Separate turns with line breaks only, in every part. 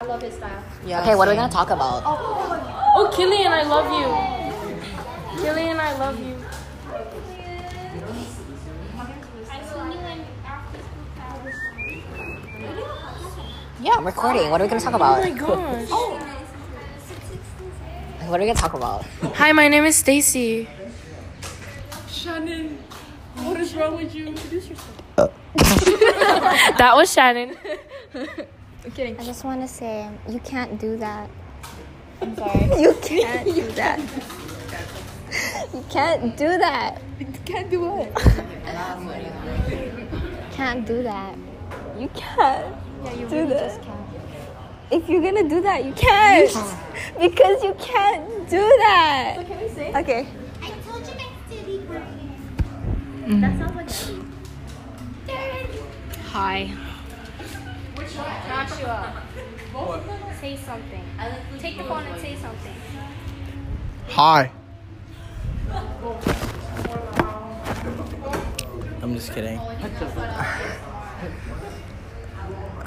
I love his style.
Yeah.
Okay, what are we gonna talk about?
Oh, Killian, I love you. Killian, I love you.
Yeah, I'm recording. What are we gonna talk about?
Oh gosh.
What are we gonna talk about?
Hi, my name is Stacy.
Shannon, what is wrong with you? Introduce yourself.
That was Shannon.
I just want to say you can't do that. I'm sorry. you can't do that. you can't do that.
Can't do what?
Can't do that. You can't. Yeah, you do that. If you're gonna do that, you can't. because you can't do that. So can we say? Okay.
I told you guys to be quiet. That sounds
Hi.
Joshua, say something. Take the phone and say something.
Hi. I'm just kidding.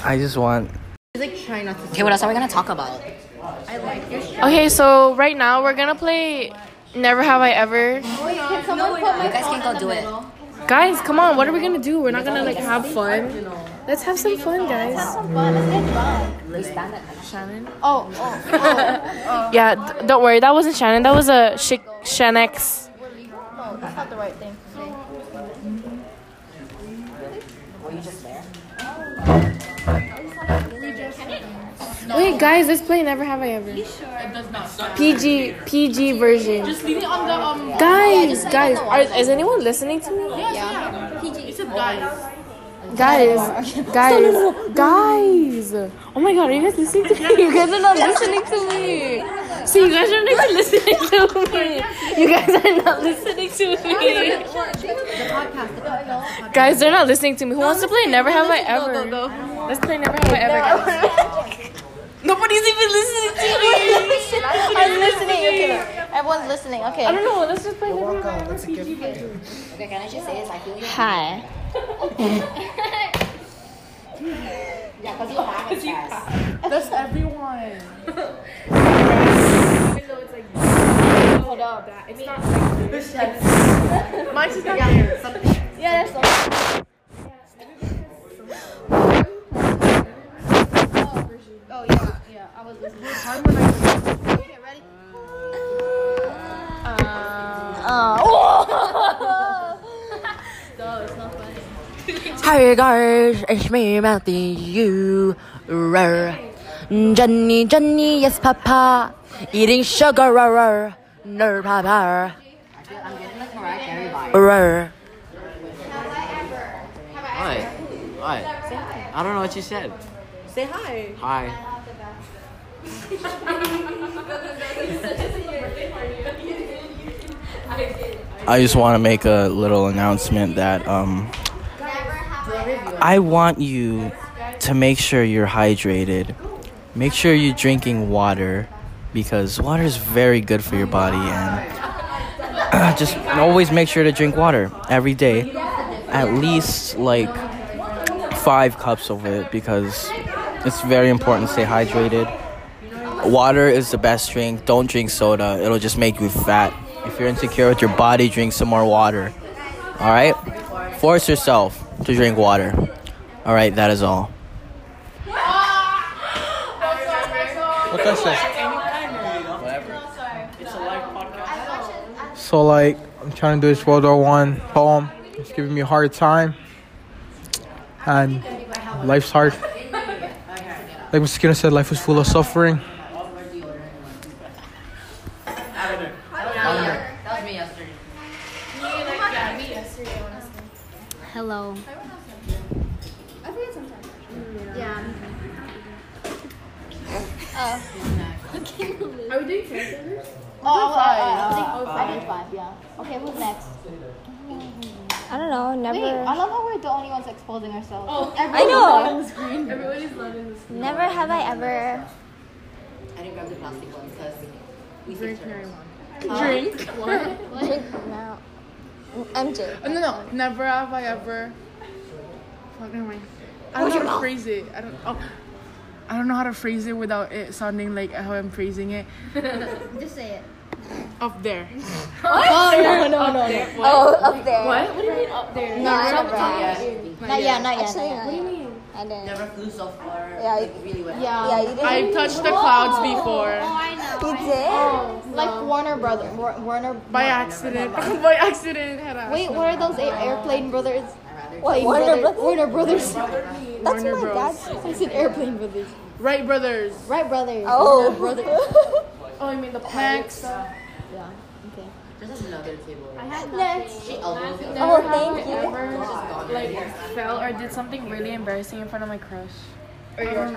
I just want
He's like trying not to.
Okay, what else are we gonna talk about?
Okay, so right now we're gonna play Never Have I Ever.
You guys can go do it.
Guys, come on, what are we gonna do? We're not gonna like have fun. Let's have some fun, guys.
We stand at-
Oh, Yeah, d- don't worry, that wasn't Shannon. That was a sh- Shanex.
Were you just there?
Wait, guys, let's play Never Have I Ever. PG PG version. Just leave it on the um. Guys, guys, are, is anyone listening to me? Yeah. PG. It's a guys. Guys, guys, Oh my god, are you guys listening to me? You guys are not listening to me. See, you guys aren't even listening to me. You guys are not listening to me. Guys, they're not listening to me. Who wants to play Never Have I Ever? Let's play Never Have I Ever. guys. Nobody's even listening to me.
I'm listening. Okay, everyone's listening. Okay.
I don't know. Let's just play Never Have I Ever.
Okay, can I just say this? I feel you.
Hi.
Yeah, because you have it fast.
That's everyone. Mine's just not there.
Hi guys, it's me, Matthew. Rrr. Jenny, Jenny, yes, Papa. Eating sugar, rrr, rrr, Papa. Rrr.
Hi. Hi. I don't know what you said.
Say hi.
Hi.
I just want to make a little announcement that um I want you to make sure you're hydrated. Make sure you're drinking water because water is very good for your body and just always make sure to drink water every day. At least like 5 cups of it because it's very important to stay hydrated. Water is the best drink. Don't drink soda. It'll just make you fat. If you're insecure with your body, drink some more water. All right? Force yourself to drink water. All right, that is all. What does this?
So like I'm trying to do this World War One poem. It's giving me a hard time, and life's hard. Like Mr. Skinner said, life is full of suffering.
Hello.
I did five. Yeah. Okay, who's next?
I don't know. Never.
Wait, I love how we're the only ones exposing ourselves.
I know. Never have I ever.
I didn't grab the plastic one because we drink
Drink now. MJ.
No, no, never have I ever. Fuck, never mind. I don't know how to phrase it. I don't. Oh. I don't know how to phrase it without it sounding like how I'm phrasing it.
Just say it.
Up there.
Oh, up there.
What do you mean up there?
No, I don't
Not yet, not yet.
Actually, what do you mean? I didn't.
Never flew so far.
Yeah,
like, really went.
Yeah, you didn't.
I've touched the clouds before
I know.
you did?
Like Warner Brothers. War- Warner.
by accident. by accident. Hera.
Wait, what are those a- airplane brothers?
Wait,
Warner,
Warner
Brothers.
Brothers?
Warner Brothers.
That's
Warner
my
Bros.
dad's.
I said airplane brothers.
Right Brothers.
Right brothers.
Oh,
brother.
Oh, I mean the planks.
There's another table. Right?
Next.
She elbows it.
Oh, thank you.
fell or did something really embarrassing in front of my crush. Um,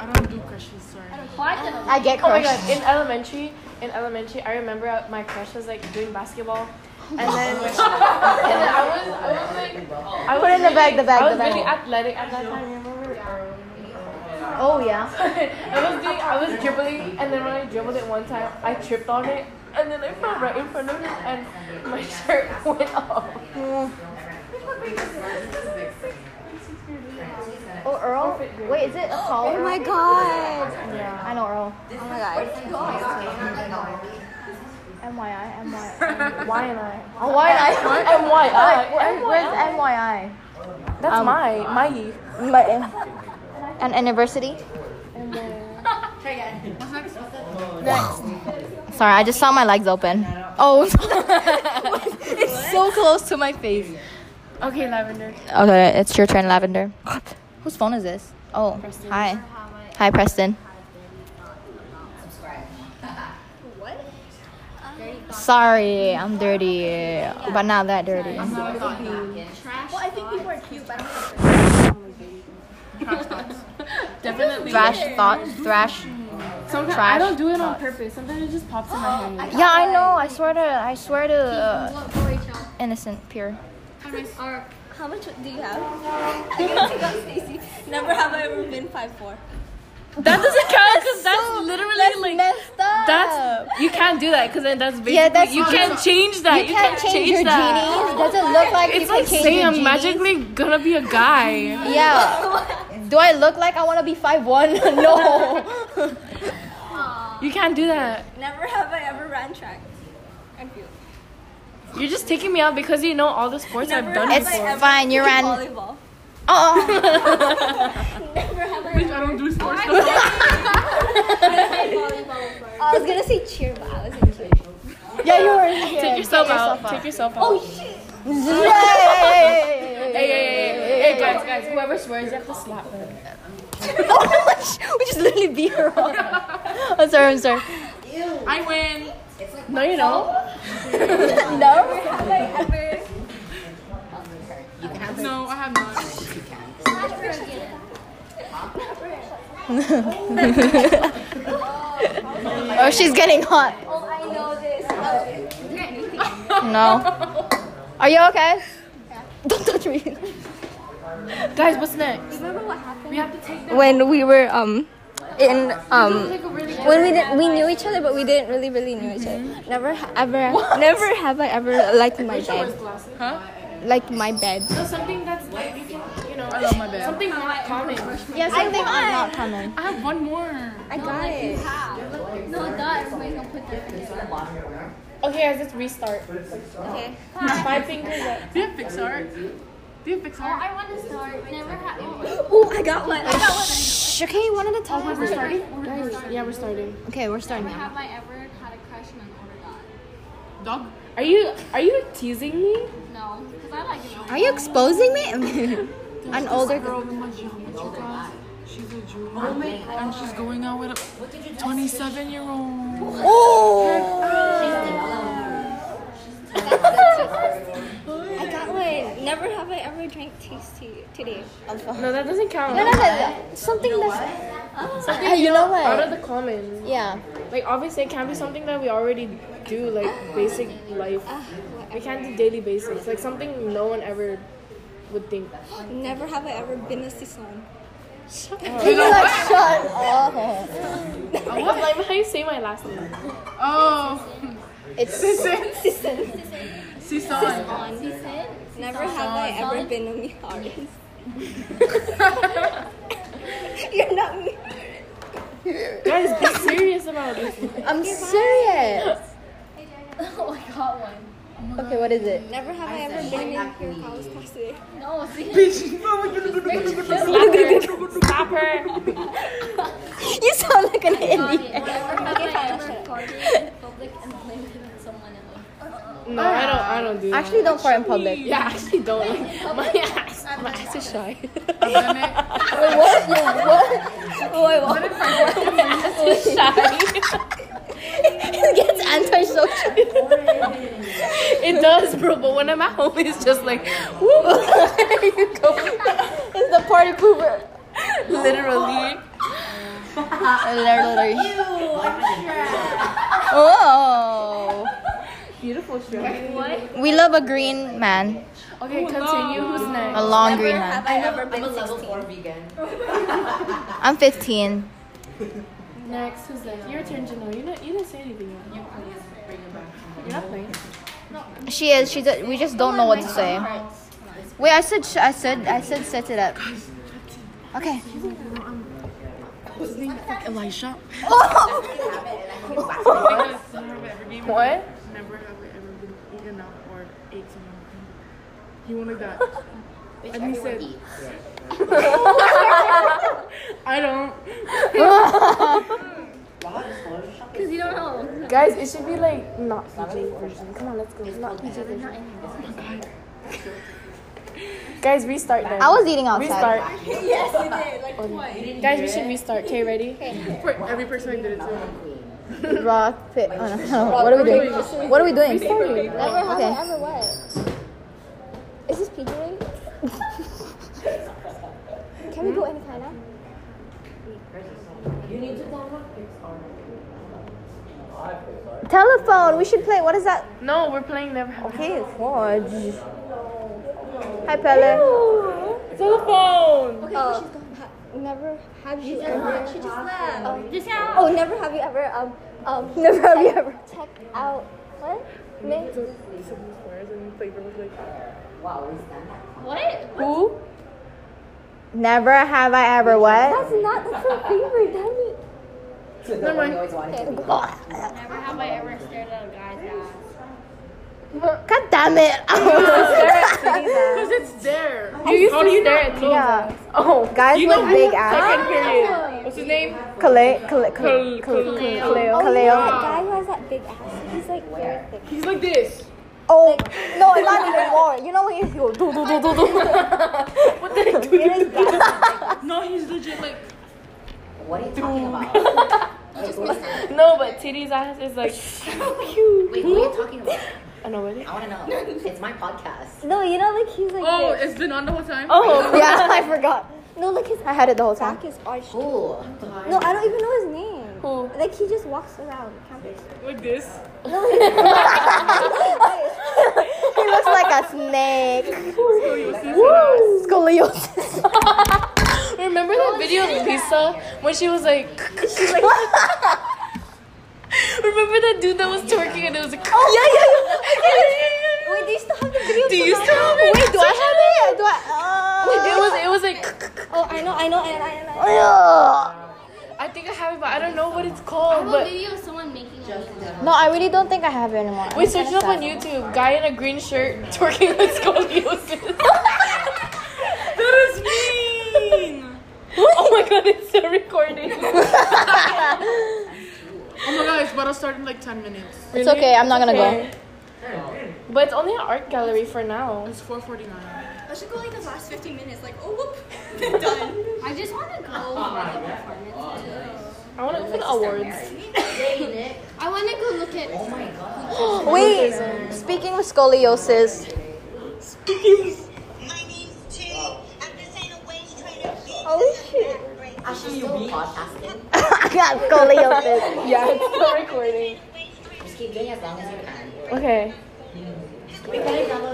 I don't do crushes, sorry.
I get
Oh my
crushed.
god! In elementary, in elementary, I remember uh, my crush was like doing basketball, and then, and then I was, I was like, I was
Put it in the bag, the bag,
I
the
was
bag.
really athletic at that time. Remember?
Oh, yeah.
I was doing, I was dribbling, and then when I dribbled it one time, I tripped on it, and then I fell right in front of him, and my shirt went off.
Oh, Earl? Wait, is it a call?
Oh my god.
I know Earl.
Oh my god.
MYI, MYI.
Why am I?
Oh, why I?
And why?
Where- Where's MYI?
That's my my.
My,
Um, An university? Next. Sorry, I just saw my legs open. Oh, it's so close to my face.
Okay, lavender.
Okay, it's your turn, Lavender. Whose phone is this? Oh, hi. Hi, Preston. Sorry, I'm dirty, but not that dirty.
Definitely.
Thrash thought, thrash.
Sometimes I
Trash
don't do it on purpose. Sometimes it just pops in my head.
Yeah, I know. I swear to, I swear to, uh, innocent, pure.
or how much do you have? I'm gonna take out Stacy. Never have I ever been 5'4.
That doesn't count because that's literally like
Messed up.
that's you can't do that because then that's basically
Yeah, that's
you
not-
can't change that. You,
can't change, your
that.
genies. Doesn't look like you
It's
can
like
change
saying
your
I'm
genies.
magically gonna be a guy.
Yeah. Do I look like I want to be 5'1"? no.
You can't do that.
Never have I ever ran track. I feel.
You're just taking me out because you know all the sports I've done
It's
before.
fine. You ran.
Volleyball.
Oh.
I don't do sports.
I was gonna say cheer, but I was in cheer.
Yeah, you were in
Take yourself out. Take yourself out.
Yay!
Hey, hey, hey, hey, hey, guys, guys. Whoever swears, you have to slap them.
we just literally beat her up. I'm sorry. I'm sorry.
I win. No, you don't.
No.
No, I have not.
Oh, she's getting hot.
Oh, I know this.
No. Are you okay? Don't touch me.
Guys, what's next?
when we were um in um when we did, we knew each other but we didn't really really know each other
Mm-hmm.
never ha- ever never have i ever liked my bed like my bed
No, something that's like you know.
I love my bed.
Something not common.
Yeah, something I'm not coming.
I have one more.
i got it
Okay, guys, let's restart. Okay. Five fingers up.
Do you have Pixar? Do you have Pixar?
I want to start. Never
oh i got one i got one
Shh, okay, one at a time.
We're starting? yeah, we're starting.
Okay, we're starting now.
I ever had a crush on an older guy?
Dog.
Are you are you teasing me?
No, because I like an older
Are you exposing me? An older girl.
She's a Jew. And she's going out with a 27 year old.
Oh.
i got one never have i ever drank taste tea today
No, that doesn't count.
No, no, no. Something that's. Hey, you know
Out
what?
of the common.
Yeah.
Like obviously it can't be something that we already do, like basic life. We can't do daily basis. Like something no one ever would think.
never have i ever been a season
You're like, shut up.
like how you say my last name.
Oh.
It's.
Sisan.
never have i ever been a mihari you're not mihari
Guys, be serious about it.
I'm serious.
oh, I got one.
Okay, what is it?
Never have I ever been in your house toxic.
No, see?
Stop her.
You sound like an
Never
idiot.
have I ever farted in public and blamed it on someone else.
No, I don't. I don't do that.
Actually, don't fart in public.
Yeah, I actually don't. Like, my ass. My ass is shy.
Wait, what? No, what? Wait, what?
my ass is shy.
It gets antisocial.
It does, bro. But when I'm at home, it's just like, woo. you go.
It's the party pooper.
Literally.
Literally. Oh.
We love a green man,
Okay, continue. Who's next?
a long green man.
Have I ever been
I'm a level 4 vegan.
I'm 15.
Next, who's next? Your turn, Janelle. You didn't, you didn't say anything yet. You're not playing.
She is. She's. A, we just don't know what to say. Wait, I said. sh- I said. I said. Set it up. Okay.
What's his name? Like Elisha.
What?
Never have I ever been eaten up or ate someone. He wanted that. and he said, I don't.
Because you don't know.
Guys, it should be like not PG version. Come on, let's go. Not PG version. Guys, restart then.
I was eating outside.
Restart. yes, you did. Like Guys, we should restart. Okay, ready?
For every person I did it to.
Rock pit. Oh, no. What are we doing? What are we doing? Okay.
Ever what? Is this PG rated? Can we go any kind of? Telephone. We should play. What is that?
No, we're playing Never Have
Okay, fudge. Hi, Pele.
Telephone.
Okay, she's gone. Ha- Never have you ever? um,
She just left. just now.
Oh, never have you ever um um never have you ever checked out what? Ma-
What?
Who?
Never have I ever what?
That's not that's her favorite. Damn it.
Never have I ever stared at a guy's ass.
God damn it!
Oh
Because it's there. You used to stare at Tina's ass. Oh,
Guys
you
with
know
big
who?
ass.
Second period. What's his name?
Kale, Kale, Kale,
Kale-
Kale,
Kaleo.
Kaleo.
Oh, you know
Kaleo.
that guy who has that big ass. He's like very thick.
He's like this.
Oh no, not even more. You know when you go do do do do do.
What the heck?
It is that.
No, he's legit like.
What are you talking about?
No, but Titty's ass is like.
Wait, what are you talking about?
I know what it is.
I want to know. It's my podcast.
No, you know like he's like
Oh,
this.
it's been on the whole time.
Oh,
Yeah, I forgot.
No, like his
I had it the whole time.
back is arched.
Cool.
No, I don't even know his name.
Who?
Like he just walks around campus.
Like this.
He looks like a snake.
Woo!
Scoliosis.
Remember that video of Lisa when she was like. Remember that dude that was twerking and it was like.
Wait, do you still have the video?
Do you still have it?
Wait, do I uh. have it? Do I?
Wait, it was it was like
Oh, I know, I know, and I and I.
Uh,
I think I have it, but I don't know what it's
I
Oh,
called.
have a
But
video of someone making a
no, I really don't think I have it anymore.
we searched it up on YouTube. Guy in a green shirt twerking with scoliosis. that is mean. Oh my god, it's still recording.
Oh my god, it's about to start in like 10 minutes.
It's okay. I'm not gonna go.
Okay. But it's only an art gallery for now.
It's 4:49.
I should go like the last 15 minutes, like, oh, whoop, done.
I just want to go for the performance.
I want to go for the awards.
I want to go look at
Wait. Speaking with scoliosis,
Holy shit.
I should still podcasting.
I got scoliosis.
Yeah, it's still recording.
Just keep doing it as long as you can.
Okay.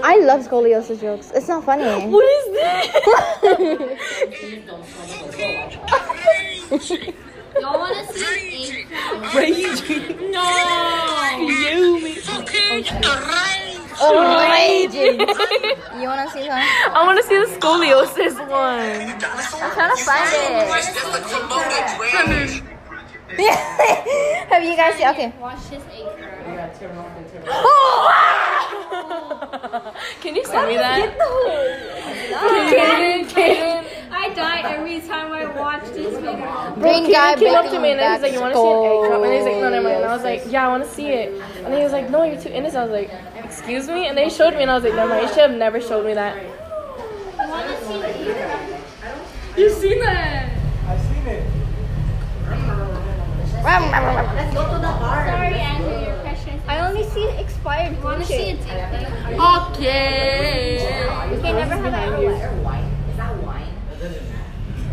I love scoliosis jokes. It's not funny.
What is this?
Please don't tell me to go watch it.
Y'all want to see
Raging. No. You me.
Raging. You wanna see one?
I want to see the scoliosis one.
I'm trying to find it.
That's the promoted rage.
Have you guys seen? Okay.
Watch his acre.
Can you send me that? Kaden, Kaden.
I die every time I watch this video.
Green
Kaden
guy
came up to
baking
me and then he's like, "You want to see an egg drop?" And he's like, "No, never mind." And I was like,
Yes.
"Yeah, I want to see it." And then he was like, "No, you're too innocent." I was like, "Excuse me?" And they showed me, and I was like, "Never mind. You should have never showed me that."
You've seen that.
Let's
go to the bar. Sorry, Andrew, your question. I only see expired. Want to see it?
Okay.
We can never have that.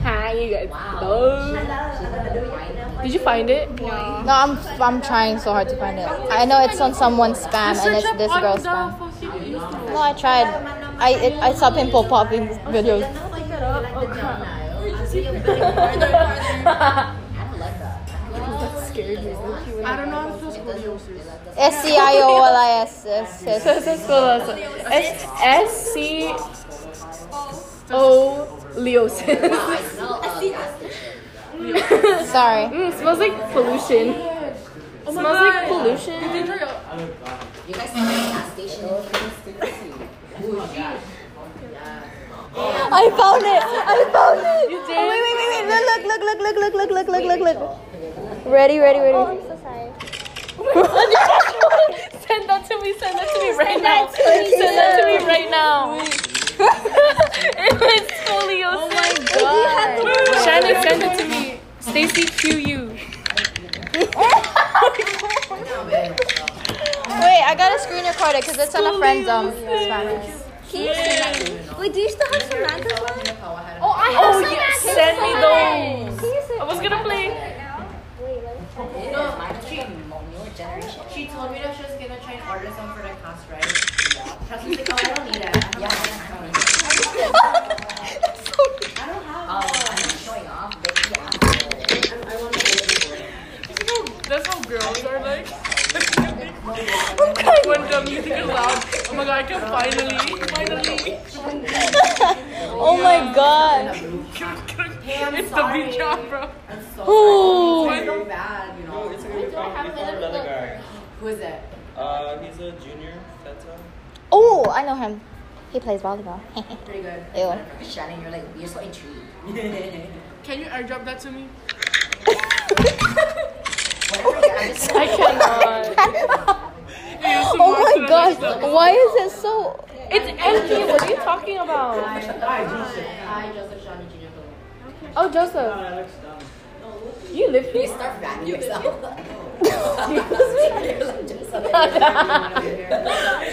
Hi, you guys. Did you find it?
No, I'm I'm trying so hard to find it. I know it's on someone's spam and it's this girl's spam. No, I tried. I it, I saw pimple popping videos.
I don't know how to spell scoliosis.
S C I O L I S S
So
S.
this is called also- It's S C Oh, O leosis.
Sorry.
Mm, smells like pollution. smells like pollution.
You guys are at gas station.
I found it. I found it.
You
Oh, wait,
did?
wait, wait, wait. Look, look, look, look, look, look, look, look, look, look, look. Ready, ready, ready.
Oh, so sorry.
Send that to me. Send that to me right now. Send that to me right now. it was scoliosis. Oh my god. Shannon, send it to me. Stacy QU.
Wait, I gotta screen record it because it's on a friend's um. Spanish.
Can you see that? Wait, do you still have Samantha's one?
Oh, I have oh, yeah. Send me those.
Can you see
I was gonna play.
Wait, let me try.
You know, my she, she told me that she was gonna try and order some for the class, right? Yeah. I was like, oh, I don't need it. I have my own account. I don't have. Oh, I'm not showing off. But yeah. I, I want to.
That's how girls are like. when the music is loud, oh my god, I can finally, finally.
Oh my god.
it's the beat drop, bro.
Oh, it's really bad, you know. Who is it?
Uh, he's a junior, Feta.
Oh, I know him. He plays volleyball.
Pretty good.
Ew.
Shannon, you're like, you're so intrigued.
Can you airdrop that to me?
I cannot.
oh my gosh. Why is it so?
It's empty. What are you talking about?
Hi, Joseph Shannon Jr.
Oh, Joseph. You live
You
here?
start rapping yourself.
What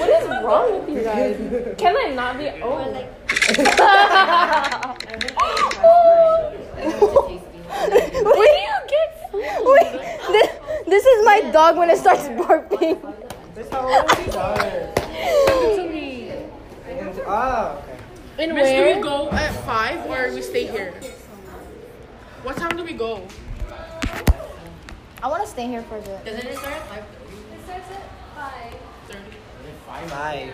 is wrong with you guys? Can I not be? Oh,
Wait, wait. This, this is my dog when it starts barking.
in
Miss, do we
where?
go at five or we stay here? What time do we go?
I want to stay here for a bit.
Five.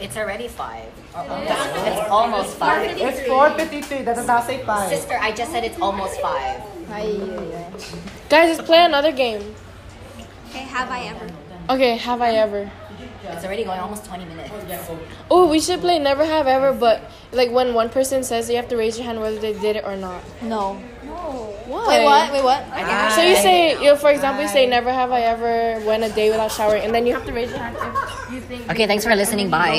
It's already five. It's almost five.
It's 4.53. That does not say 5.
Sister, I just said it's almost five.
Guys, let's play another game.
Okay, have I ever?
Okay, have I ever?
It's already going almost 20 minutes.
Oh, we should play Never Have Ever, but like when one person says, you have to raise your hand whether they did it or not.
No.
What?
Wait, what? Wait, what?
So you say, you know, for example, you say, "Never have I ever went a day without showering," and then you have to raise your hand. If
Okay, thanks for listening. Bye.